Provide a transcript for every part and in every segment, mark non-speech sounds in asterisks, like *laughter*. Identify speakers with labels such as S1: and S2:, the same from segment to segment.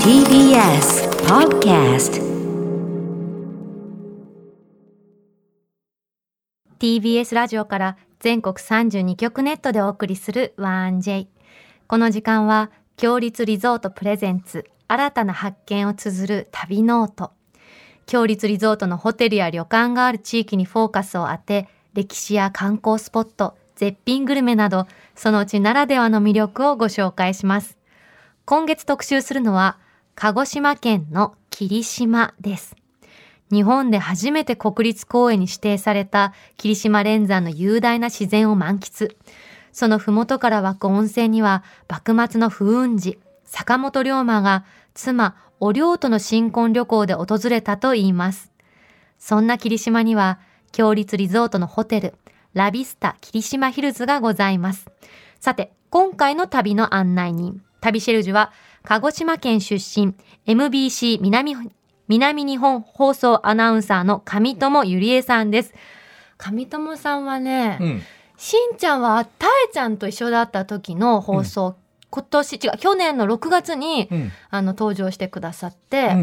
S1: TBS Podcast
S2: TBS ラジオから全国32局ネットでお送りする 1J この時間は強立リゾートプレゼンツ新たな発見を綴る旅ノート強立リゾートのホテルや旅館がある地域にフォーカスを当て歴史や観光スポット絶品グルメなどそのうちならではの魅力をご紹介します今月特集するのは鹿児島県の霧島です日本で初めて国立公園に指定された霧島連山の雄大な自然を満喫。その麓から湧く温泉には、幕末の風雲児、坂本龍馬が妻、お龍との新婚旅行で訪れたといいます。そんな霧島には、強立リゾートのホテル、ラビスタ霧島ヒルズがございます。さて、今回の旅の案内人、旅シェルジュは、鹿児島県出身、MBC 南、南日本放送アナウンサーの上友ゆりえさんです。上友さんはね、
S3: うん、
S2: しんちゃんはたえちゃんと一緒だった時の放送、今年違う去年の6月に、
S3: うん、
S2: あの登場してくださっ
S3: う
S2: て、
S3: ん、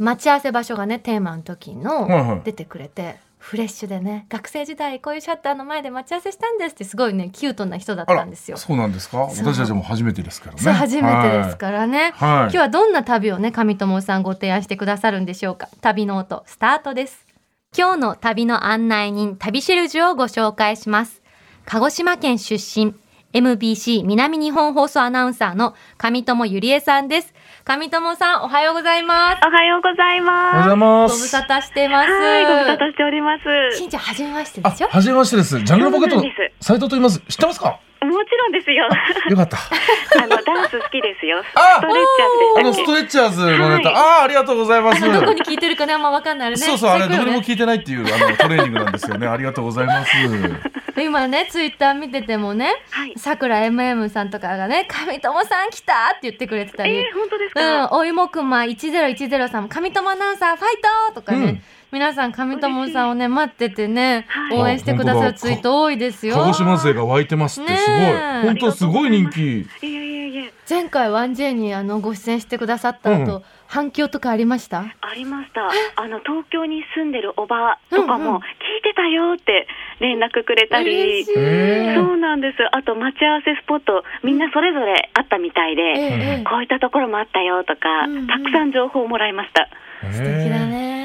S3: うん、
S2: 待ち合わせ場所がねテーマの時の、
S3: はいはい
S2: 出てくれてフレッシュでね学生時代こういうシャッターの前で待ち合わせしたんですってすごいねキュートな人だっ
S3: あ
S2: た
S3: ら
S2: んですよ。そ
S3: そうなんですか。
S2: そう
S3: 私たちも初めてですからね。
S2: う初めてですからね、
S3: はい。はい。
S2: 今日はどんな旅をね上友さんご提案してくださるんでしょうか旅の音スタートです今日の旅の案内人旅シェルジュをご紹介します鹿児島県出身 MBC 南日本放送アナウンサーの上友ゆりえさんです上友さんおはようございます
S4: おはようござい
S3: おは
S2: ご無
S3: ようございま
S4: ます。
S3: す
S2: 沙。汰してます
S4: はい、ご無沙汰しております。
S2: しんちゃん初めまして
S3: あ、
S2: でしょ
S3: はじめましてです。ジャングルポケット
S4: そ
S3: の
S4: うなんで
S3: 斉藤と言います。知ってますか。
S4: もちろんで
S2: *laughs*
S4: すよ。
S3: よかった。
S4: あのダンス好きですよ。ス
S3: あ
S4: トレッ
S3: あ
S4: チャー
S3: の
S4: でし
S3: ス
S4: たっ
S3: トレッチャーズのネタ。
S4: はい
S3: ああ、ありがとうございます。
S2: どこに聞いてるかねあんまわかんないあれね
S3: そうそう、あれ、
S2: 最
S3: どこ
S2: 高よ
S3: にも
S2: ね
S3: 聞いてないっていう、あの、トレーニングなんですよね。ありがとうございます。
S2: 今ねツイッター見ててもね
S4: け。はい。
S2: さくら MM さんとかがね「上友さん来た!」って言ってくれてたり
S4: えー、本当です
S2: う
S4: か。
S2: ん、おいもくんま1010さんも、上友アナウンサーファイトとかね、
S3: うん
S2: 皆さん上友さんをね、待っててね、
S4: はい
S2: 応援してくださ
S3: あ
S2: る
S3: 本当だ
S2: ツイート多いです
S3: 鹿児
S2: よ。
S3: 島勢が湧いてますって、すごい
S2: ねえ。
S3: 本当、すごい人気。
S4: いやいやいや、
S2: 前回 1J にあのご出演してくださった後、
S3: う
S2: 反響とかありました
S4: ありました。あの東京に住んでるおばとか
S2: うんうん
S4: も聞いてたよって連絡くれたり
S2: 嬉し。い。
S3: ええ
S4: そうなんです。あと待ち合わせスポット、みんなそれぞれあったみたい
S2: え
S4: で、
S2: ええ
S4: こういったところもあったよとか、
S2: うんうん
S4: たくさん情報をもらいま
S2: *laughs*
S4: した。
S3: へえ
S2: え素敵だ。ね。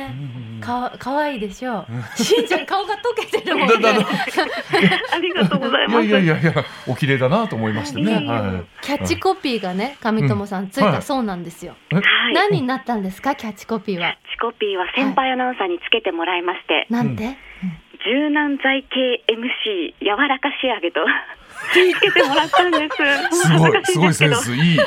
S2: かわかわいいでしょう。しんちゃん顔が溶けてるもんね
S3: だ。だだ
S4: ありがとうござい
S3: いや
S4: ます。
S3: いやいやいや、お綺麗だなと思いましてね。
S4: いやいや
S3: はい。
S2: キャッチコピーがね、上友さんついうた
S3: ん
S2: そうなんですよ。
S4: はい。
S2: 何になったんですか、キャッチコピーは。
S4: チコピーは先輩アナウンサーにつけてもらいまして、
S2: なんて、
S4: 柔軟剤系 MC 柔らか仕上げと *laughs* つけてもらったんです。
S2: *laughs*
S3: すごい、すごいセン
S4: もう恥ずかしんですけど
S3: ス、いい。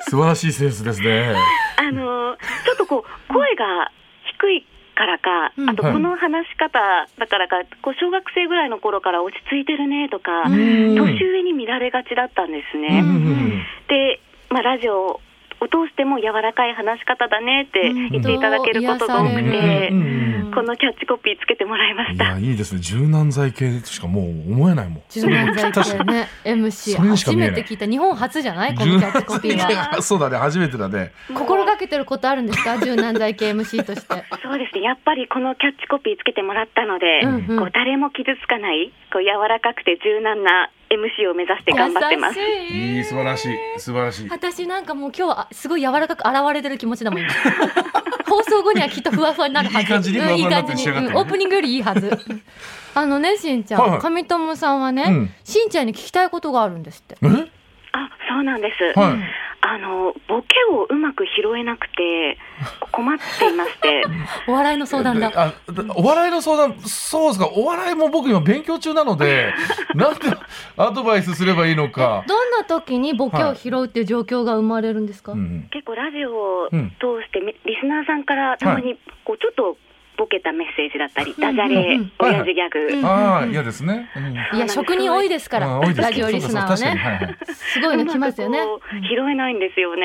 S3: 素晴らしいセンスですね。
S4: あのーちょっとこう声が低いからか、
S2: うん
S4: あとこの話し方だからか、こう小学生ぐらいの頃から落ち着いてるねとか、
S3: うん
S4: 年上に見られがちだったんです
S3: うんう
S4: ね。
S3: んうん
S4: で、まあラジオを通しても柔らかい話し方だねって言っていただけることが多
S3: う
S4: く
S3: ん
S4: て
S3: う、ん
S4: このキャッチコピーつけてもらい
S3: う
S4: ま
S3: ん
S4: し
S3: い
S4: た。
S3: や、いいですね。柔軟剤系としかもう思えないもん。
S2: 柔軟剤系
S3: *laughs*
S2: ね MC
S3: それにしか
S2: 初
S3: 見えな
S2: め
S3: い
S2: て聞いた日本初じゃないこのキャッチコピー
S4: 柔軟剤
S2: は
S3: *laughs*
S4: 系
S3: そうだね、初めてだね。
S2: 心がけてることあるんですか柔軟剤系 MC として
S4: そうですね、やっぱりこのキャッチコピーつけてもらったので、
S2: うんうん
S4: こう誰も傷つかない、こう柔らかくて柔軟な MC を目指して頑張ってます。
S2: 優しい
S3: いい、素晴らしい。素晴らしい。
S2: 私なんかもう今日はすごい柔らかく現れてる気持ちだ
S3: *laughs*
S2: もん今放送後にはきっとふわふわになるはず
S3: いい感じに
S2: うんいい
S3: ふわふわに
S2: 感
S3: な
S2: じ
S3: って
S2: に
S3: 仕上がってる
S2: うんオープニングよりいいは
S3: *laughs*
S2: ずあのねしんちゃん、
S3: はいはい
S2: 上友さんはね、
S3: うん
S2: しんちゃんに聞きたいことがあるんですって
S3: え
S4: あ、そうなんです。
S3: はい。
S4: あのボケをうまく拾えなくて困っていまして、
S2: *laughs* お笑いの相談だ
S3: あお笑いの相談、そうですか。お笑いも僕今勉強中なので、
S2: *laughs*
S3: なんでアドバイスすればいいのか。
S2: どんな時にボケを拾うっていう状況が生まれるんですか、
S3: うん
S4: 結構ラジオを
S3: うん
S4: 通してめリスナーさんからたまにこうちょっとボケたメッセージだったり、
S2: うんう
S4: ダ
S2: ん
S4: ジャレ、
S2: うん
S3: はいはい
S4: 親父ギャグ、
S2: うん
S3: ああ、嫌ですね。うん
S2: いや職人多いですから、
S3: あー多いです
S2: ラ
S3: け
S2: ジ
S3: ど
S2: オリスナーは
S3: そうかそう
S2: ね
S3: か確かにはいはい
S2: すごいの来ますよね
S4: うまくこう拾えないんですよね。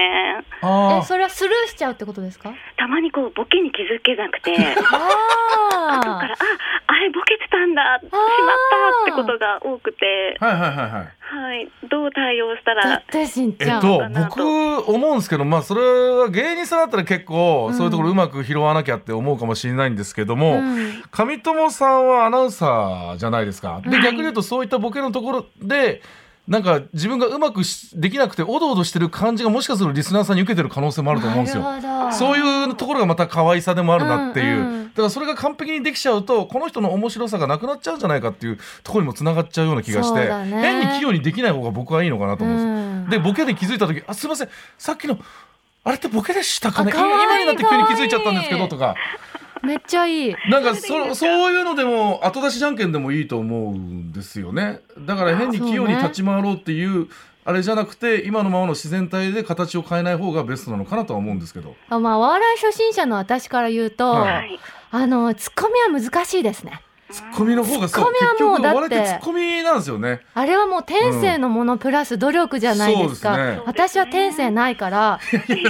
S3: あ
S2: えそれはスルーしちゃうってことですか
S4: たまにこうボケに気づけなくて。後か
S2: あ
S4: らああれボケてたんだしまったってことが多くて、
S3: あ。はいはいはいはい。
S4: はい、どう対応した
S2: だ
S4: ら
S2: っ、てしんち
S3: え
S2: ゃ
S3: っ
S2: ん。
S3: と
S4: か、な
S3: 僕思うんですけど、まあ、それは芸人さんだったら結構
S2: うん
S3: そういうところうまく拾わなきゃって思うかもしれないんですけど
S2: う
S3: も、
S2: ん
S3: 上友さんはアナウンサーじゃないですか。で
S2: はい
S3: 逆に言うとそういったボケのところでなんか自分がうまくしできなくておどおどしてる感じがもしかするとリスナーさんに受けてる可能性もあると思うんですよ。
S2: なるほど
S3: そういうところがまた可愛さでもあるなっていう、
S2: うんうん
S3: だからそれが完璧にできちゃうとこの人の面白さがなくなっちゃうんじゃないかっていうところにもつながっちゃうような気がし
S2: そう
S3: て、
S2: だね
S3: 変に器用にできない方が僕はいいのかなと思うんです
S2: う
S3: よ。
S2: ん
S3: でボケで気づいた時「あすいませんさっきのあれってボケでしたかね
S2: あかわいい
S3: 今になって急に気づいちゃったんですけ
S2: かわい
S3: ど」
S2: い
S3: とか
S2: めっちゃいい。
S3: なんか
S4: そう
S3: そ
S4: ですか
S3: そういうのでも後出しじゃんけんでもいいと思うんですよねだから変に器用に立ち回ろうっていうあれじゃなくて今のままの自然体で形を変えない方がベストなのかなとは思うんですけど
S2: あまあ、お笑い初心者の私から言うと、
S3: は
S4: はい、
S2: あの、ツッコミは難しいですね。
S3: ツッコミの方がそ
S2: ツッ
S3: う
S2: コミは
S3: 結
S2: もう
S3: 局
S2: だって
S3: 我々ってツッコミなんですよね
S2: あれはもう天性のものプラス努力じゃないですか。
S3: うんそうですね
S2: 私は天性ないから、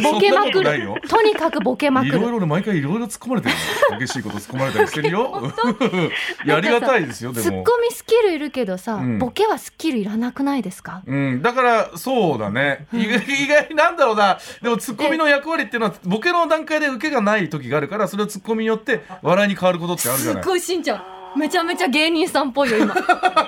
S2: ボ
S3: *laughs* そ
S2: ケ
S3: んな
S2: ま
S3: こ
S2: く
S3: とない
S2: る
S3: よ。
S2: とにかくボケまく
S3: いろいろ
S2: る。
S3: 俺毎回いろいろ突っ込まれてる *laughs* よ激しいこと突っ込まれたりしてるよ *laughs* いやありがたいですよで
S2: ツ
S3: も
S2: ッコミスキルいるけどさ、
S3: うん
S2: ボケはスキルいらなくないですか
S3: うん、だからそうだね、意外意外なんだろうなでもツッコミの役割っていうのはボケの段階で受けがない時があるからそれをツッコミによって笑いに変わることってあるじ
S2: す
S3: ゃ
S2: っ
S3: ない
S2: ごいしんちゃん。めちゃめちゃ芸人さんっぽいよ、
S3: *laughs*
S2: 今。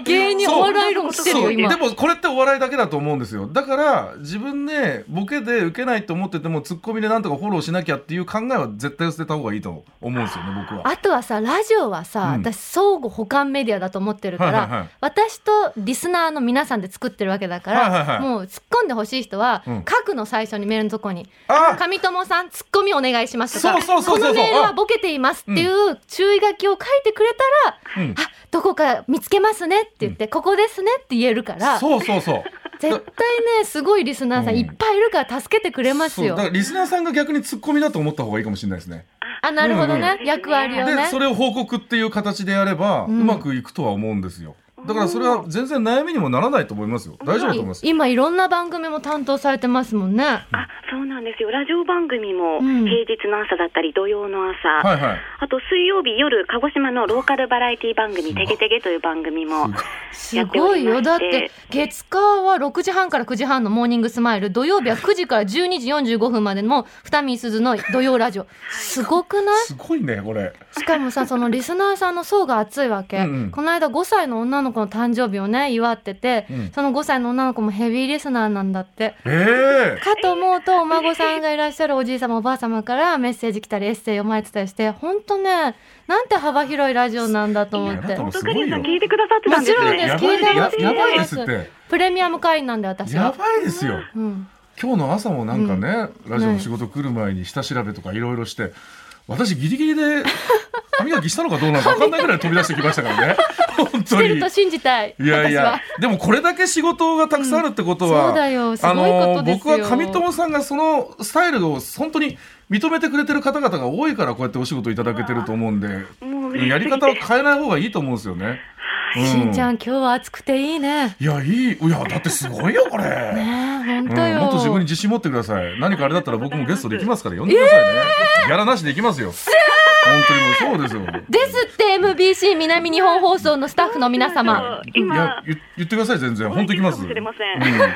S2: 芸人お笑い論してる
S3: そ
S2: よ、
S3: うで
S2: 今。
S3: もこれってお笑いだけだと思うんですよだから自分でボケで受けないと思っててもツッコミでなんとかフォローしなきゃっていう考えは絶対捨てた方がいいと思うんですよね僕は。
S2: あとはさ、ラジオはさ、
S3: うん
S2: 私相互補完メディアだと思ってるから、
S3: はいはいはい
S2: 私とリスナーの皆さんで作ってるわけだから、
S3: はいはいはい
S2: もう突っ込んでほしい人は、
S3: うん
S2: 書くの最初にメールのとこに
S3: あ
S2: 上友さんツッコミお願いしますとか
S3: そうそうそうそうそう
S2: このメールはボケていますっていう注意書きを書いてくれたら、
S3: うん
S2: あどこか見つけますねって言って、ここですねって言えるから絶
S3: そうそうそう。
S2: 対ねすごいリスナーさん
S3: うん
S2: いっぱいいるから助けてくれます
S3: そう
S2: よ
S3: だ。からリスナーさんが逆にツッコミだと思った方がいいかもしれないですね。
S2: あなるほどね、
S4: うん
S2: 役割を
S3: で
S2: ね
S3: そ。れを報告っていう形でやれば、
S2: う
S3: うんまくいくとは思うんですよだからそれは全然悩みにもならないと思いますよ大丈夫だと思います
S2: 今いろんな番組も担当されてますもんね。
S4: あそうなんですよ、ラジオ番組も
S2: うん
S4: 平日の朝だったり、土曜の朝、
S3: はいはい
S4: あと水曜日夜、鹿児島のローカルバラエティ番組、てげてげという番組も、
S2: すごいよ。だ
S4: や
S2: っ
S4: っておりまして
S2: て、月火は6時半から9時半のモーニングスマイル、土曜日は9時から12時45分までの二見鈴の土曜ラジオ。すごくない
S3: すごいねこれ
S2: しかもさ、そのリスナーさんの層が厚いわけ。
S3: うんうん
S2: この間5歳の女の子の誕生日をね、祝ってて、
S3: うん
S2: その5歳の女の子もヘビーリスナーなんだって。
S3: ええ
S2: かと思うとお孫さんがいらっしゃるおじい様おばあ様からメッセージ来たりエッセイ読まれてたりして本当ねなんて幅広いラジオなんだと思っ
S3: いや
S2: て
S3: でも
S4: 本
S3: す
S4: 当、
S3: ご
S4: カ
S3: いよ
S4: リンさん、聞いてくださってたんです
S2: もちろん
S4: ね
S2: です
S3: や
S2: 聞
S3: ば
S2: い
S3: い
S2: てます
S3: ややばいです
S2: 聞
S3: っ
S2: いて
S3: て
S2: プレミアム会員なんで私
S3: や
S2: は、
S3: ばいですよ
S2: うん、
S3: 今日の朝もなんかね、ラジオの仕事来る前に下調べとかいろいろして私ギリギリで歯磨きしたのかどうなのか分かんないぐらい飛び出してきましたか
S2: *laughs*
S3: らね本
S2: し
S3: 当
S2: て
S3: に
S2: ると信じたい
S3: いやい
S2: 私は
S3: や、でもこれだけ仕事がたくさんあるってことは、
S2: うんそうだよすごい
S3: あ
S2: こと
S3: の
S2: です
S3: 僕
S2: よ
S3: は上友さんがそのスタイルを本当に認めてくれてる方々が多いからこうやってお仕事いただけてると思うんで、
S4: もう嬉しい
S3: やり方を変えない方がいいと思うんですよね。う
S2: しんちゃん
S3: ん
S2: 今日は暑くていいね
S3: いやいいいやだってすごいよこれ。
S2: ねえ本
S3: う
S2: 当
S3: ん、
S2: よ、
S3: もっと自分に自信持ってください。何かあれだったら僕もゲストできますから呼んでくださいね。ギャラなしでいきますよ。本当にもうそうですよ。
S2: ですって MBC 南日本放送のスタッフの皆様
S4: そう今
S3: いや言言ってください全然本当行きます。
S4: かもしれません
S3: うん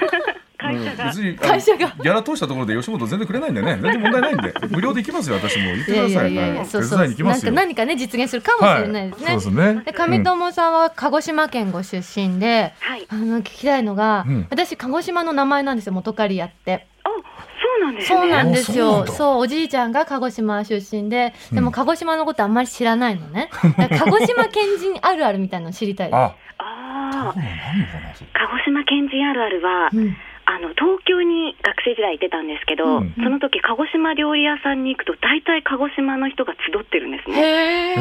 S4: 会社が
S3: 別に
S2: 会社が
S3: あのギャラ通したところで吉本全然くれないんでね全然問題ないんで無料で行きますよ私も行って
S2: い
S3: く
S2: や
S3: だ
S2: い
S3: さ
S2: や
S3: い
S2: いやいや
S3: ね手
S2: そうそう
S3: 伝いに行きま
S2: なん
S3: す
S2: か
S3: よ
S2: 何かね実現するかもしれないですね、
S3: はい、そうですね
S2: で上友さんは鹿児島県ご出身で、
S4: はい、
S2: あの聞きたいのが、
S3: うん
S2: 私鹿児島の名前なんですよ元刈りやって
S4: あそうなんですね。
S2: そうなんです
S3: あそうな
S2: よ
S3: ん
S2: そ
S3: だ
S2: うおじいちゃんが鹿児島出身で
S3: うん
S2: でも鹿児島のことあんまり知らないのねだから鹿児島県人あるあるみたいなの知りたいで
S3: あそう
S4: あー
S3: なんのかなそう
S4: 鹿児島県人あるあるは、
S2: す、うん
S4: あの東京に学生時代行ってたんですけど、
S3: うん
S4: その時鹿児島料理屋さんに行くと大体鹿児島の人が集ってるんですね
S2: へえ、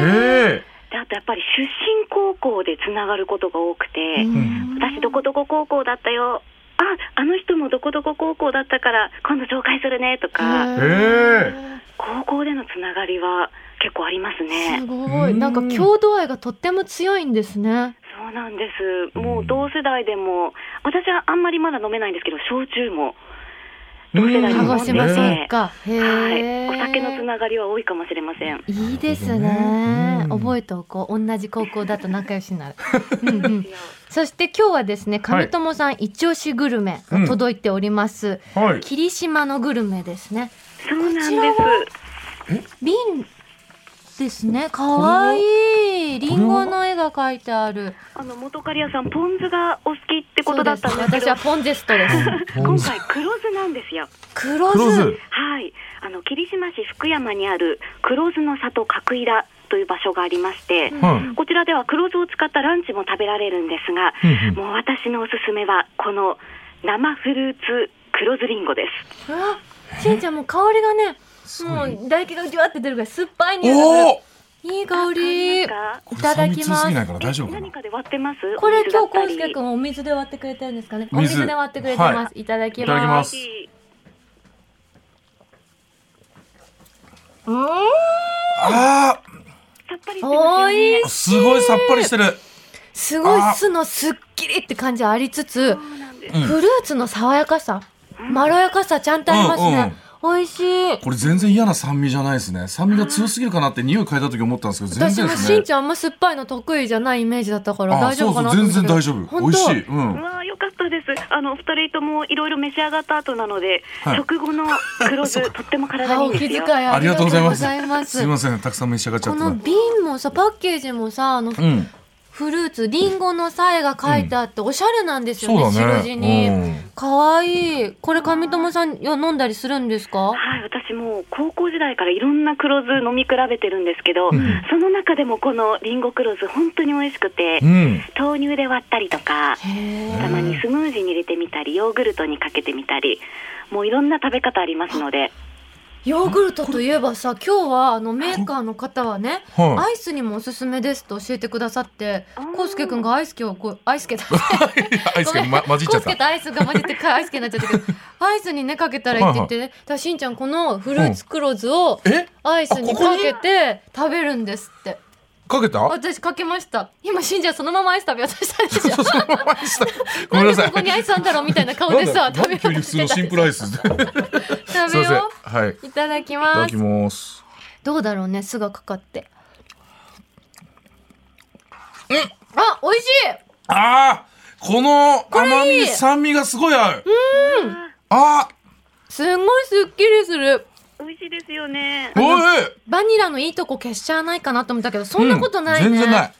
S3: え
S4: であとやっぱり出身高校でつながることが多くて、
S2: うん
S4: 私どこどこ高校だったよああの人もどこどこ高校だったから今度紹介するねとか
S2: へえ
S4: 高校でのつながりは結構あります
S2: す
S4: ね
S2: ごいなんか郷土愛がとっても強いんですね
S4: そうなんですもう同世代でも私はあんまりまだ飲めないんですけど焼酎も同世代
S3: う
S4: に
S3: ん
S4: も
S2: 鹿
S4: 多
S2: 児
S4: くて、
S2: 島
S3: そ
S2: そっか。へ
S4: はい、
S2: え。
S4: お酒のつながりは多いかもしれません。
S2: いいです
S3: な
S2: ね
S3: るほどね。うん
S2: 覚えておこう。同じ高校だと仲良しにな
S4: *laughs*
S2: る。うんうんそして今日はですね、上友さん一押しグルメが届いております。
S3: はい。
S2: 霧島のグルメですね。
S4: そうなんで
S2: こちらは瓶ですね。かわいい。リンゴの絵が描いてある。
S4: す。あの元刈谷さん、ポン酢がお好きってこ
S2: そ
S4: と
S2: うで
S4: だっ
S2: す。
S4: たんで
S2: 私
S4: すけど
S2: は、ポンゼスト
S4: *laughs*
S2: です。
S4: 今回黒酢なんですよ。
S2: 黒酢。
S3: 黒酢。
S4: はい、あの霧島市福山にある黒酢の里角井田という場所がありまして、
S3: はい。
S4: こちらでは黒酢を使ったランチも食べられるんですが、
S3: うん
S4: もう私のおすすめはこの生フルーツ黒酢りんごです。
S2: うわ、しんちゃんもう香りがね、
S3: す
S2: も
S3: ごいう
S2: 唾液がじわって出るぐらい酸っぱい匂いが
S3: お
S2: す
S3: お。
S2: る。いい香り。い
S4: わかり
S2: ただきます
S3: 過ぎ。ないから大丈夫か
S4: ますか
S3: な
S4: 何。かで割ってます？
S2: これ
S4: お水だ
S2: 今
S4: っ
S2: 日
S4: た
S2: コ
S4: り
S2: 介くんお水で割ってくれてるんですかね。お
S3: 水
S2: 水で割ってくれてます。、
S3: はい
S2: ただき
S3: いただきま
S2: ますす。
S3: あ
S4: さっぱりしてます
S2: お
S4: よね。
S2: い
S3: あ、すごいさっぱりしてる。
S2: すごい
S3: あ
S2: 酢のすっきりって感じありつつ、
S4: そうなんです。
S3: うん
S2: フルーツの爽やかさ、まろやかさちゃんとありますね。美味しい。
S3: これ全然嫌な酸味じゃないですね。酸味が強すぎるかなって匂い嗅いだ時思ったんですけど、全
S2: 私
S3: 然
S2: も
S3: で
S2: し
S3: す
S2: ん
S3: ね。
S2: ちゃんあんま酸っぱいの得意じゃないイメージだったから
S3: あ、
S2: 大丈夫
S3: そうそ
S2: かな
S3: う、
S2: と思
S3: 全
S2: って
S3: 然大丈夫。美味しい。う。
S4: うんわあ、よかったです。あの、お二人ともいろいろ召し上がった後なので、
S3: はい
S4: 食後の
S3: *laughs*
S4: 黒酢、とっても体
S2: あ
S4: にい
S2: お
S4: いん
S2: 気
S4: です
S2: 遣い
S4: よ。
S2: あ
S3: あ
S2: りが
S3: りが
S2: と
S3: と
S2: う
S3: う
S2: ご
S3: ご
S2: ざ
S3: ざ
S2: い
S3: い
S2: ま。
S3: ますすいません、たくさん召し上がっちゃっ
S2: こ
S3: た
S2: の
S3: な。
S2: 瓶もさパッケージもさあの
S3: うん。
S2: フルーツリンゴのさえが書いてあっておしゃれなんですよ
S3: そう
S2: ね
S3: だ
S2: 白地に。
S3: ね。
S2: 可愛いこれ上友さんよ飲んだりするんですか？
S4: はい、私もう高校時代からいろんな黒酢飲み比べてるんですけど、
S3: うん
S4: その中でもこのリンゴ黒酢本当に美味しくて、
S3: うん。うん。
S4: 豆乳で割ったりとか、
S2: へえ。
S4: たまにスムージーに入れてみたり、ヨーグルトにかけてみたり、もういろんな食べ方ありますので、
S2: ヨーグルトといえばさ今日はあのメーカーの方はね、
S3: は
S2: アイスにもおすすめですと教えてくださって
S4: あー
S2: コウスケくんがアイスケをこうアイスケだ
S3: い。 *laughs* *laughs* アイスがま混じっちゃっ
S2: コウスケ
S3: た。
S2: とアイスが混じってかアイスケになっちゃったけどアイスにねかけたらいいって言
S3: *laughs*
S2: ってね、だからしんちゃんこのフルーツ黒酢を
S3: え
S2: アイスに
S3: あここ
S2: か
S3: に
S2: けて食べるんですって
S3: かけた
S2: 私かけました今しんちゃんそのままアイス食べようとしたでしょ
S3: *laughs* そのまま
S2: *laughs*
S3: でした。ごめ
S2: なんで
S3: んなさ
S2: こ
S3: い。
S2: こにアイスあんだろうみたいな顔でさ
S3: なんだ
S2: 食べよう
S3: なんだ急に
S2: と
S3: 普
S2: し
S3: 通
S2: て
S3: の
S2: た
S3: シンプルアイス。すいま
S2: 食
S3: せ
S2: べ
S3: ん。
S2: よ
S3: はい。いう
S2: いただき
S3: ただ
S2: ま
S3: き
S2: す
S3: ます。
S2: どうだろうね酢がかかってあ美味しい
S3: ああこの甘
S2: れいい
S3: み酸味がすごい合う。あ
S2: すんごいすっきりする
S4: 美味しいですよね
S3: ー。おい。
S2: バニラのいいとこ消しちゃわないかなと思ったけどそんなことないね、
S3: うん全然ない。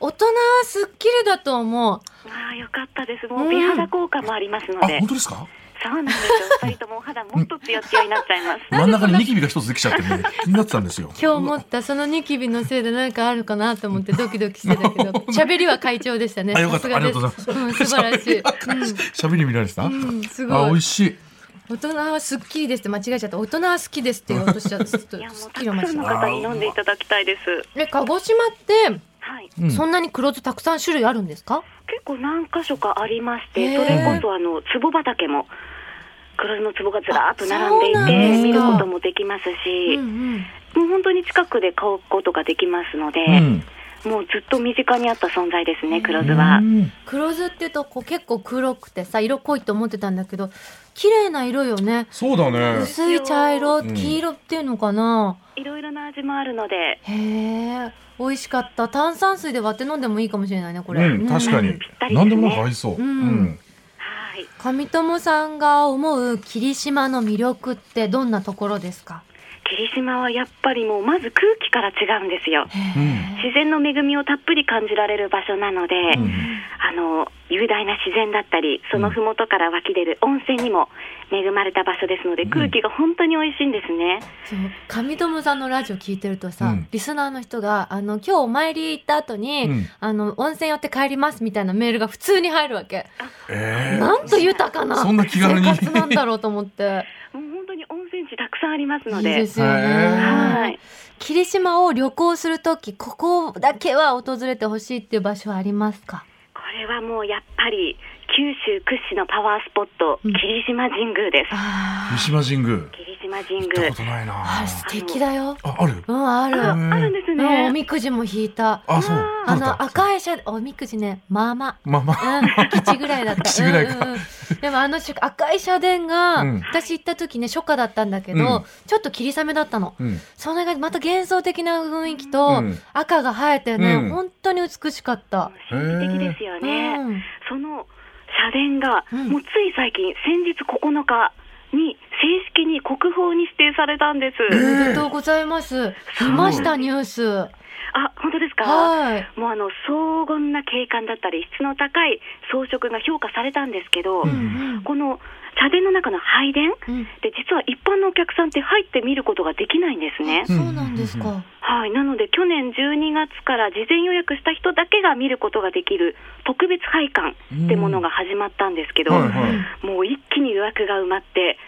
S2: 大人はすっきりだと思う
S4: ああ、よかったです。もう美肌効果もありますの
S3: あ
S4: で、
S3: 本当ですか？
S4: そうなんですよ。二人ともお肌もっとツヤツヤになっちゃいます。
S3: 真ん中にニキビが一つできちゃってね気になってたんですよ。
S2: 今日思ったそのニキビのせいで何かあるかなと思ってドキドキしてたけ
S3: *laughs*
S2: ど喋りは会長でしたね
S3: あよかった
S2: さすがです
S3: ありがとうございます
S2: ん、素晴
S3: *laughs*
S2: らしい、う
S3: 喋り見られてた？
S2: んうん、す
S3: あ
S2: ご
S3: 美
S2: い
S3: 味しい。
S2: 大人はすっきりですって間違えちゃった大人は好きですって言おうとしちゃったちょっと
S4: *laughs* いや、も
S2: す
S4: う
S2: ったき
S4: く
S2: りを間違
S4: さ
S2: え
S4: んの
S2: た
S4: 方に飲んでいただきたいです。
S2: え鹿児島って、
S4: はい。
S3: うん
S2: そんなに黒酢たくさん種類あるんですか
S4: 結構何箇所かありまし
S2: へ
S4: て、
S2: ー
S4: それこそあの壺畑も黒酢の壺がずらーっと並んでい
S2: あそう
S3: なんですか
S4: て見ることもできます
S2: うん
S4: し、
S2: うん
S4: もう本当に近くで買うことができますので、
S3: うん。
S4: もうずっと身近にあった存在ですね黒酢
S3: う
S4: は。
S3: ん
S2: 黒酢っていうとこう結構黒くてさ色濃いと思ってたんだけど綺麗な色よね
S3: そうだね。
S2: 薄い茶色
S3: うん
S2: 黄色っていうのかな、
S4: いろいろな味もあるので
S2: へえ美味しかった炭酸水で割って飲んでもいいかもしれないねこれ、
S3: うん確かに
S4: ぴったりです
S3: 何
S4: ね
S3: でもなんか合いそう。
S2: う
S3: うんん。
S4: はい
S2: 上友さんが思う霧島の魅力ってどんなところですか
S4: 霧島はやっぱりもうまず空気から違うんですよ。
S2: へえ
S4: 自然の恵みをたっぷり感じられる場所なので、
S3: うん
S4: あの雄大な自然だったりその麓から湧き出る温泉にも恵まれた場所ですので、
S3: うん
S4: 空気が本当に美味しいんですね。
S2: そう上友さんのラジオ聞いてるとさ、
S3: うん
S2: リスナーの人があの今日お参り行った後に、
S3: うん
S2: あの温泉寄って帰りますみたいなメールが普通に入るわけ、
S3: え
S2: なんと豊かな
S3: そんな気軽に
S2: 生活なんだろうと思って
S4: もう本当に温泉地たくさんあります
S2: い
S4: の
S2: い
S4: で。
S2: ですよね、
S3: へー
S4: はい、
S2: 霧島を旅行するときここだけは訪れてほしいっていう場所はありますか
S4: これはもうやっぱり九州屈指のパワースポット、
S2: うん
S4: 霧島神宮です。
S2: あ
S3: ー。三島神宮。
S4: 霧島島神
S3: 行った
S4: 宮
S3: ことないな
S2: あ素敵だよ。
S3: あある
S2: うん、あ
S3: へ
S2: る。
S3: ー
S4: あるんです
S2: うん、お
S4: ね
S2: みくじも引いた。
S3: あそう
S2: あ
S3: どうだっ
S2: の
S3: た
S2: 赤いシャツ、おみくじね、まあま
S3: まあまあ
S2: あ。うん、吉ぐらいだった。
S3: 吉ぐらいか
S2: うんうんうんでもあのし赤い社殿が、
S3: うん
S2: 私行った時ね、初夏だったんだけ
S3: う
S2: ど、
S3: ん
S2: ちょっと霧雨だったの。
S3: うん
S2: それがまた幻想的な雰囲気と、
S3: うん
S2: 赤が映えてね、
S3: うん
S2: 本当に美しかった。
S4: 神秘的ですよね、
S2: うん
S4: その社殿が、
S2: うん
S4: もうつい最近先日9日に正式に国宝に指定されたんです、
S2: おめでとうございます。見ました、ニュース。
S4: あ本当ですか
S2: はい。
S4: もうあの荘厳な景観だったり質の高い装飾が評価されたんですけど、
S3: う
S2: うんん
S4: この社殿の中の拝殿
S2: うんうん
S4: で実は一般のお客さんって入って見ることができないんですね
S2: あ。そうなんですか。
S4: はい、なので去年12月から事前予約した人だけが見ることができる特別拝観ってものが始まったんですけど、
S3: うんはい
S4: もう一気に予約が埋まって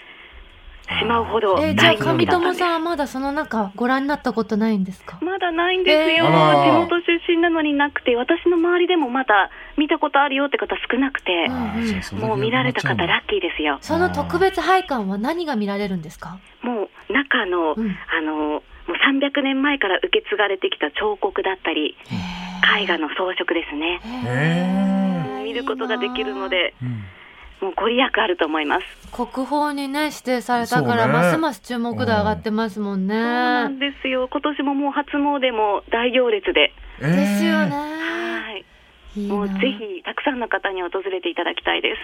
S4: しまうほど
S2: え
S4: 大
S2: ーじゃあ
S4: 人気だったん
S2: 上
S4: で
S2: 友
S4: す。
S2: さんはまだその中ご覧になったことないんですか。
S4: まだないんですよ、
S3: えーあら
S4: 地元出身なのになくて、私の周りでもまだ見たことあるよって方少なくて、
S3: あーじゃあそれだけ
S4: もう見られた方、ラッキーですよ、
S2: その特別拝観は何が見られるんですか。
S4: もう中の、
S2: うん
S4: あのもう300年前から受け継がれてきた彫刻だったり、絵画の装飾ですね、
S3: へ
S4: 見ることができるの。
S2: いいな
S4: で、
S3: うん
S4: もうご利益あると思います。
S2: 国宝にね指定されたから、
S3: そうね
S2: ますます注目度上がってますもんね。
S4: そうなんですよ、今年ももう初詣も大行列で、
S3: えー
S2: ですよ
S4: は
S2: ね。
S4: い
S2: いいな
S4: もうぜひたくさんの方に訪れていただきたいです。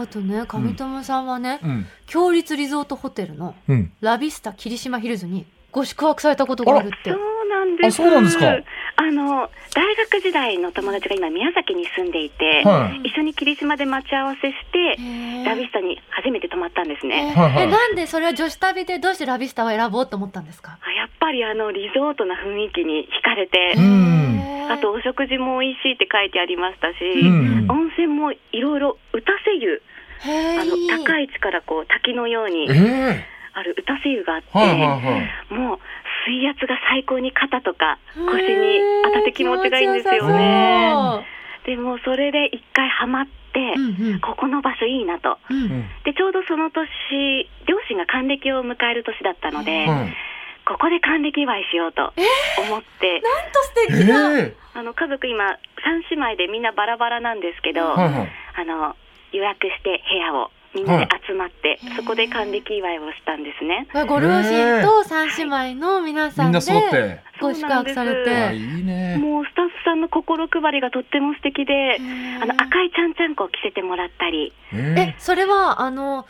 S2: あとね上友さんはね、
S3: うん
S2: 強立リゾートホテルの
S3: うん
S2: ラビスタ霧島ヒルズにご宿泊されたことがあるって
S4: そう。なんです。
S3: あそうなんですか
S4: あの大学時代の友達が今宮崎に住んでいて、
S3: はい
S4: 一緒に霧島で待ち合わせして、
S2: へー
S4: ラビスタに初めて泊まったんです
S2: え
S4: ね。
S3: はいはい
S2: えなんでそれは女子旅でどうしてラビスタを選ぼうと思ったんですか
S4: あやっぱりあのリゾートな雰囲気に惹かれて
S3: う、ん
S2: へー
S4: あとお食事も美味しいって書いてありましたし、
S3: うん
S4: 温泉もいろいろ打たせ湯、
S2: へー
S4: あの
S2: いい
S4: 高い位置からこう滝のように
S3: ええ
S4: ある打たせ湯があって、
S3: はいはいはい
S4: もう水圧が最高に肩とか腰に当たって気持ちがいいんです
S2: 気
S4: よ
S2: 持ちよ
S4: ね。
S2: さ
S4: でもうそれで一回ハマって、
S2: そううんうん
S4: ここの場所いいなと
S2: うん
S3: うん
S4: でちょうどその年両親が還暦を迎える年だったので、
S3: はい
S4: ここで還暦祝いしようと思って、
S2: なんと素
S3: え
S2: 敵な、
S3: え
S4: あの家族今3姉妹でみんなバラバラなんですけど、
S3: はいはい
S4: あの予約して部屋をみんなで集まって、
S2: はい
S4: そこで還暦祝いをしたんですね。
S2: ご両親と三姉妹の皆
S3: み
S2: さ
S3: ん
S2: んで
S3: な揃って
S2: ご宿泊され
S4: そう
S3: あ
S4: な
S2: て
S3: いいね
S4: もうスタッフさんの心配りがとっても素敵で、あの赤いちゃんちゃんこを着せてもらったり、
S2: え
S3: え
S2: それはあの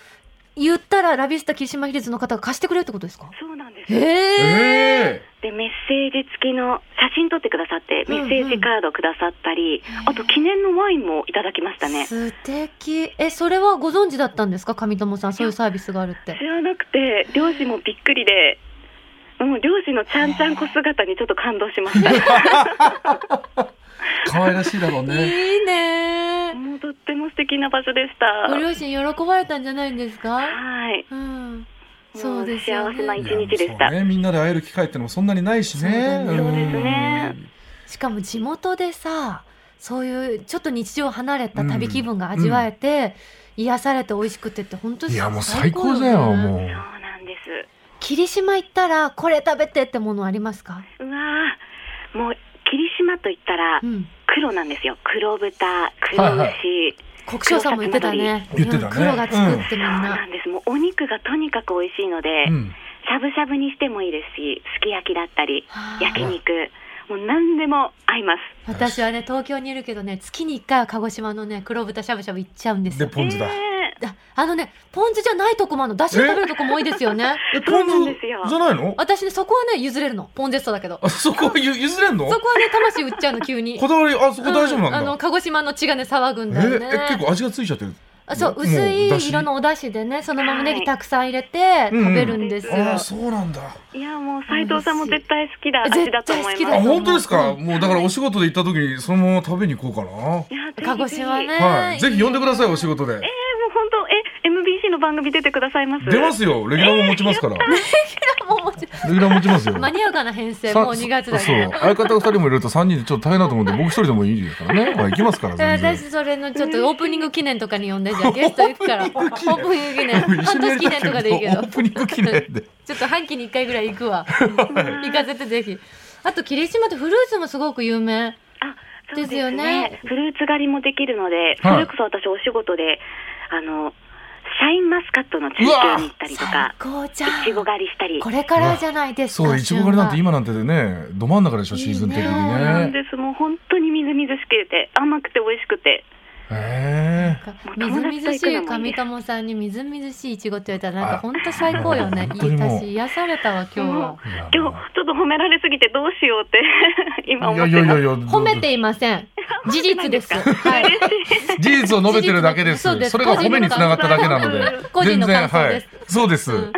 S2: 言ったらラビスタ霧島ヒルズの方が貸してくれるってことですか
S4: そうなんです
S2: へ
S4: よ。
S3: え
S2: え
S3: え
S4: でメッセージ付きの写真撮ってくださって
S2: うん
S4: メ
S2: うん
S4: ッセージカードくださったり、あと記念のワインもいただきましたね
S2: 素敵えそれはご存知だったんですか上友さんそういうサービスがあるって
S4: 知らなくて両親もびっくりでもう両親のちゃんちゃんこ姿にちょっと感動しました
S2: *laughs*
S3: 可愛らしいだろうね
S2: *laughs* いいね
S4: もうとっても素敵な場所でし
S2: ご
S4: た
S2: 両親喜ばれたんじゃないんですか
S4: はい
S2: うん
S4: も
S2: そうですよ
S4: 幸せな
S2: ね
S4: 一日でした
S3: いやそうねみんなで会える機会ってのもそんなにないしね
S2: そうだね
S4: そうですね
S2: しかも地元でさそういうちょっと日常を離れた旅気分が味わえて、癒されて美味しくてって本当
S3: うん
S2: に
S3: いやもう最高だよもう
S4: そうなんです
S2: 霧島行ったらこれ食べてってものありますか、
S4: うわーもう霧島といったら
S2: うん、
S4: 黒なんですよ黒豚黒
S3: はい
S4: 牛、
S3: はい
S2: 国生さんも言ってたね
S3: 言ってたね
S2: うん黒がつくってみん
S4: そう
S2: な、
S4: なんですもうお肉がとにかく美味しいので、
S3: うん
S4: しゃぶしゃぶにしてもいいですし、すき焼きだったり、
S2: はあ
S4: 焼肉、もう何でも合います。
S2: 私はね東京にいるけどね月に1回は鹿児島のね黒豚しゃぶしゃぶ行っちゃうんです
S3: で
S2: よ
S3: ポン酢だ
S4: え
S2: ああのねポン酢じゃないとこもあるのだしで食べるとこも多いですよ
S3: *laughs*
S2: ね
S3: え
S4: そうなん
S3: ポン
S4: ですよ
S3: 酢じゃないの
S2: 私ねそこはね譲れるのポンゼストだけど
S3: *laughs* あそこはゆ譲れんの
S2: そこはね魂売っちゃうの急に
S3: こだわりあそこ大丈夫なん
S2: うあの
S3: だ
S2: 鹿児島の血がね騒ぐん
S3: え
S2: だよ
S3: ー
S2: ね
S3: え結構味がついちゃってる
S2: あそう
S3: もう
S2: 薄い
S3: だし
S2: 色のお出汁でねそのままネギたくさん入れて
S3: うんう
S2: 食
S3: ん
S2: べるんですよ、
S3: ああそうなんだ
S4: ーいや、もう斉藤さんも絶対好きだ
S2: 美味しい
S4: 味だと思います。
S2: 絶対好きだ
S3: あ
S2: よ
S3: 本当ですか、もうだからお仕事で行った時にそのまま食べに行こうかな、
S4: いやぜひ
S2: 鹿児島
S4: ぜ
S2: ね、
S3: はいぜひ呼んでくださいお仕
S2: 事
S3: 事で、
S4: ひえーもう本当、え、MBC の番組出てくださいます。
S3: 出ますよレギュラーも持ちますから、
S2: もうもちろん
S3: レギュラー持ちますよ。
S2: 間に合うかな編成
S3: さ
S2: もう2月だ
S3: そ
S2: け
S3: う
S2: ど。
S3: 相方2人もいると3人でちょっと大変だと思うんで僕1人でもいいですからね、はい、行きますから
S2: えー
S3: 全
S2: 私
S3: 然
S2: それのちょっとオープニング記念とかに呼んでじゃあゲスト行く
S3: *laughs*
S2: からオープニング記念
S3: 一
S2: 半
S3: 緒にや
S2: 年記
S3: りた
S2: 念
S3: い
S2: とかでいいけ
S3: オ
S2: ど
S3: ープニング記念
S2: *laughs*
S3: で
S2: ちょっと半期に1回ぐらい行く
S3: *laughs*
S2: わ行かせてぜひあと霧島ってフルーツもすごく有名
S4: あそう
S2: ですよね
S4: フルーツ狩りもできるので、
S3: はい
S4: それこそ私お仕事で、あの、シャインマスカットの中継に行ったりとか、
S2: こうちゃん
S4: いちご狩りしたり。
S2: これからじゃないですか
S3: そういちご狩りなんて
S2: 旬は
S3: 今なんてねど真ん中でしょシーズン的に
S2: いいね
S4: なん
S3: ね
S4: です。もう本当にみずみずしくて、甘くて美味しくて。
S3: へえ
S2: みずみずしい上友さんにみずみずしいいちごって言われたらなんか本当最高よね
S3: あ本当
S2: 言
S3: に
S2: い
S3: も
S2: た
S3: う
S2: し癒されたわ今日は
S3: ーいや
S4: 今日、ちょっと褒められすぎてどうしようって、 *laughs* 今
S3: い
S4: 思
S3: や
S4: っ
S3: い
S4: て
S3: やい
S4: ま
S3: や
S4: す。
S3: いや
S2: 褒めていません事実
S4: *laughs*
S2: ですはい
S3: 事実を述べてるだけです
S2: そうです
S3: それが褒めにつながっただけなので
S2: 個人の
S3: 全
S2: 感
S3: 然
S2: 想
S3: は
S2: で
S3: い
S2: す
S3: そうです、
S2: うん
S3: はい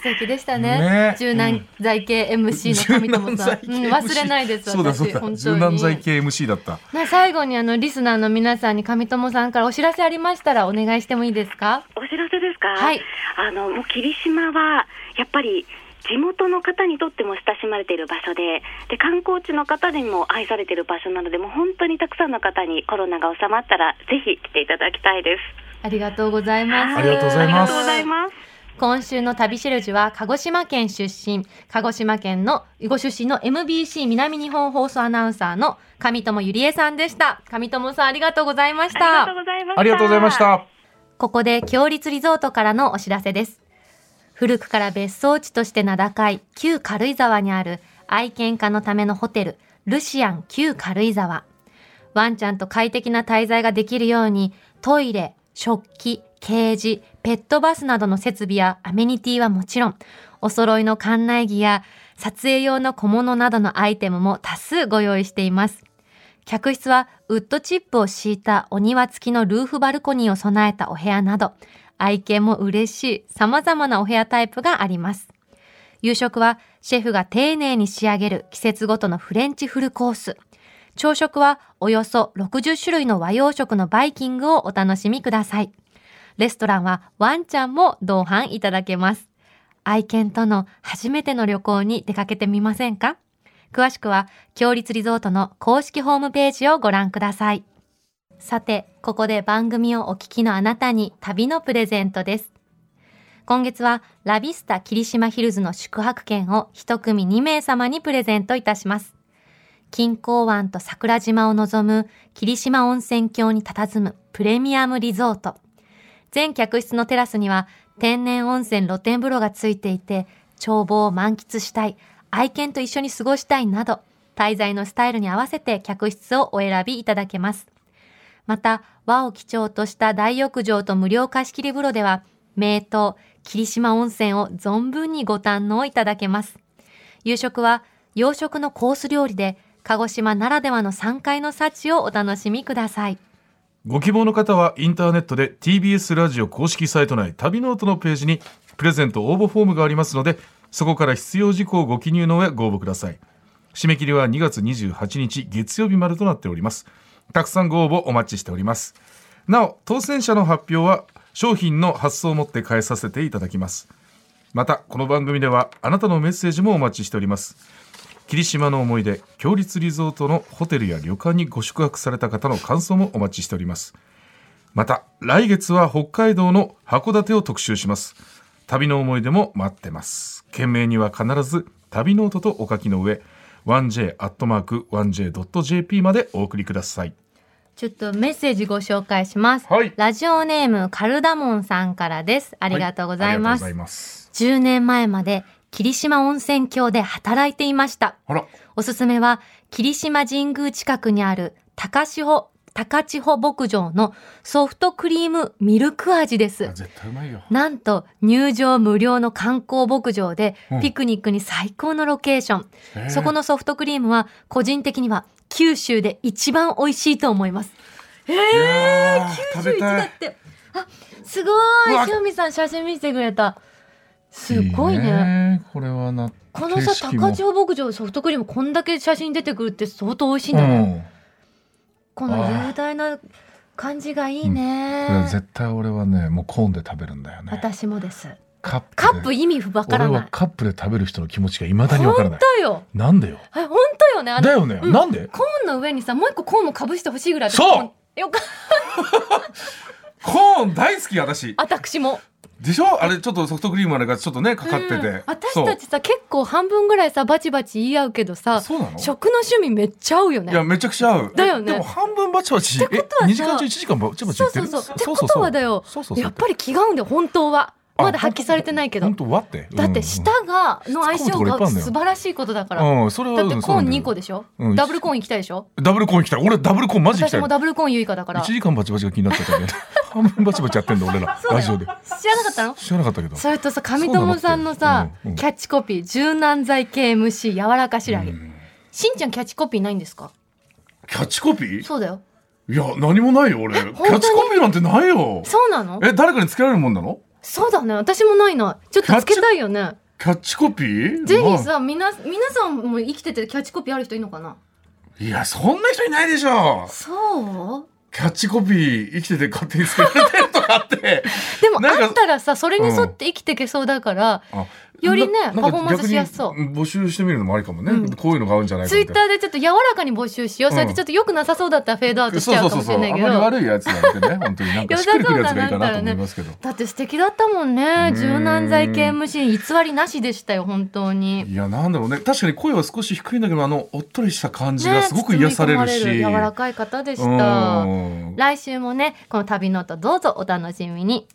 S2: 素敵でしたね
S3: ね
S2: 柔軟財系 MC の上友さん、うん、
S3: 柔軟剤系
S2: 忘れないです
S3: そうだそう
S2: 私
S3: だ
S2: 本
S3: 柔
S2: 当
S3: 軟
S2: に
S3: 剤系 MC だった
S2: な最後にあのリスナーの皆さんに上友さんからお知らせありましたらお願いしてもいいですか
S4: お知らせですか
S2: はい。
S4: あの、もう霧島は、やっぱり、地元の方にとっても親しまれている場所でで観光地の方にも愛されている場所なのでもう本当にたくさんの方にコロナが収まったらぜひ来ていただきたいです。
S2: ありがとうございます
S3: ありがとうござい
S4: あり
S3: ま
S4: がとうございます。
S2: 今週の旅しるじは鹿児島県出身鹿児島県のご出身の MBC 南日本放送アナウンサーの上友ゆりえさんでした上友さんありがとうございまし
S4: ありがと
S2: た
S4: うございました。
S3: ありがとうございまし。た
S2: ここで強立リゾートからのお知らせです。古くから別荘地として名高い旧軽井沢にある愛犬家のためのホテル、ルシアン旧軽井沢。ワンちゃんと快適な滞在ができるように、トイレ、食器、ケージ、ペットバスなどの設備やアメニティはもちろん、お揃いの館内着や撮影用の小物などのアイテムも多数ご用意しています。客室はウッドチップを敷いたお庭付きのルーフバルコニーを備えたお部屋など、愛犬も嬉しい様々なお部屋タイプがあります。夕食はシェフが丁寧に仕上げる季節ごとのフレンチフルコース。朝食はおよそ60種類の和洋食のバイキングをお楽しみください。レストランはワンちゃんも同伴いただけます。愛犬との初めての旅行に出かけてみませんか詳しくは、強立リゾートの公式ホームページをご覧ください。さて、ここで番組をお聞きのあなたに旅のプレゼントです。今月は、ラビスタ霧島ヒルズの宿泊券を一組2名様にプレゼントいたします。近郊湾と桜島を望む霧島温泉郷に佇むプレミアムリゾート。全客室のテラスには天然温泉露天風呂がついていて、眺望を満喫したい、愛犬と一緒に過ごしたいなど、滞在のスタイルに合わせて客室をお選びいただけます。また、和を基調とした大浴場と無料貸し切り風呂では、名湯、霧島温泉を存分にご堪能いただけます。夕食は洋食のコース料理で、鹿児島ならではの3階の幸をお楽しみください。
S3: ご希望の方はインターネットで TBS ラジオ公式サイト内旅ノートのページにプレゼント応募フォームがありますのでそこから必要事項をご記入の上ご応募ください締め切りは2月28日月曜日までとなっておりますたくさんご応募お待ちしておりますなお当選者の発表は商品の発送をもって返させていただきますまたこの番組ではあなたのメッセージもお待ちしております霧島の思い出強立リゾートのホテルや旅館にご宿泊された方の感想もお待ちしておりますまた来月は北海道の函館を特集します旅の思い出も待ってます件名には必ず旅ノートとお書きの上 1j.1j.jp までお送りください
S2: ちょっとメッセージご紹介します。
S3: はい
S2: ラジオネームカルダモンさんからです。ありがとうございます。
S3: はいありがとうございます
S2: 10年前まで霧島温泉郷で働いていました。
S3: あら
S2: おすすめは霧島神宮近くにある高千穂、高千穂牧場のソフトクリームミルク味です。
S3: 絶対うまいよ
S2: なんと入場無料の観光牧場で
S3: うん
S2: ピクニックに最高のロケーション。
S3: へえ
S2: そこのソフトクリームは個人的には九州で一番美味しいと思います。
S3: いやー食べ
S2: 91だ
S3: た
S2: っ
S3: い
S2: て。あ、すご
S3: う
S2: い。
S3: わ
S2: 塩見さん写真見せてくれた。すごいね。
S3: ねこれはな
S2: このさ、
S3: 景色も
S2: 高千穂牧場ソフトクリーム、こんだけ写真出てくるって相当美味しいん
S3: う
S2: だね。
S3: ん
S2: この雄大な感じがいいね。
S3: いや絶対俺はねもうコーンで食べるんだよね
S2: 私もです。
S3: カップ
S2: カップ意味わから
S3: 俺
S2: な
S3: はいカップで食べる人の気持ちがいまだにわから
S2: 本
S3: ない
S2: 当よ
S3: なんでよ
S2: あ本当よねあ
S3: だ
S2: の
S3: よね、
S2: うん
S3: なんで
S2: コーンの上にさもう一個コーンもかぶしてほしいぐらい私
S3: そう
S2: コーンよか
S3: コーン大好き私
S2: 私も
S3: でしょあれちょっとソフトクリームあれがちょっとねかかってて、
S2: うん私たちさ結構半分ぐらいさバチバチ言い合うけどさ
S3: そうそうなの
S2: 食の趣味めっちゃ合うよ
S3: いや
S2: ね
S3: めちゃくちゃ合う
S2: だよね
S3: でも半分バチバチ
S2: ってことはさ
S3: 2時間中1時間バチバチ
S2: そ
S3: 言
S2: う
S3: って
S2: そう
S3: る
S2: そうってことはだよ
S3: そうそうそう
S2: やっぱり気が合うんだよ本当は
S3: あ
S2: まだ発揮されてないけど
S3: 本当はって
S2: だって舌がの相性が素晴らしいことだから
S3: うん、うん、それは
S2: だって
S3: うん
S2: コーン2
S3: そ
S2: 個
S3: うなんだ
S2: でしょ
S3: うん
S2: ダブルコーン行きたいでしょ
S3: よダブルコーン行きたい俺ダブルコーンマジ行
S2: 私
S3: きたい
S2: もダブルコーン優位かだから
S3: 1
S2: 知
S3: 時間バチバチが気になっち
S2: *laughs*
S3: ゃったんだよね半分バチバチやってんだ俺ら
S2: そうだよ
S3: ラジオで
S2: らなかったの
S3: 知らなかったけど
S2: それとさ上友さんのさ
S3: そうなのってうんうん
S2: キャッチコピー柔軟剤系 MC 柔らか白
S3: う
S2: 毛
S3: ん
S2: しんちゃんキャッチコピーないんですか
S3: キャッチコピー
S2: そうだよ
S3: いや何もないよ俺キャ
S2: 本当に
S3: ッチコピーなんてないよ
S2: そうなの
S3: え誰かにつけられるもんなの
S2: そうだね私もないなちょっとつけたいよね
S3: キャッチコピー
S2: ぜひ
S3: まあ
S2: さみな皆さんも生きててキャッチコピーある人いいのかない
S3: やそんな人いないでしょ
S2: そう
S3: キャッチコピー生きてて勝手につけられてるとかあって
S2: *laughs* でも
S3: なんか
S2: あったらさそれに沿って生きていけそうだから、
S3: あ
S2: よりね
S3: ななんか
S2: パフォーマンスしやすそう
S3: 逆に募集してみるのもありかもね、
S2: うん
S3: こういうのが合うんじゃないか
S2: ツイ
S3: み
S2: ッ
S3: た
S2: タ
S3: いな
S2: ーでちょっと柔らかに募集しよう、
S3: うん
S2: それでちょっと良くなさそうだったらフェードアウトしちゃうかもしれない
S3: あ
S2: け
S3: まり
S2: ど
S3: 悪いやつなんてね本当になんかしっくりくるやつがいいかなと思いますけど、
S2: だって素敵だったもんね
S3: うん
S2: 柔軟剤系無心偽りなしでしたよ本当に
S3: いやなんだろうね確かに声は少し低いんだけどあのおっとりした感じがすごく癒されるし、
S2: 包み込まれる柔らかい方でした
S3: うん
S2: 来週もねこの旅ノートどうぞお楽しみに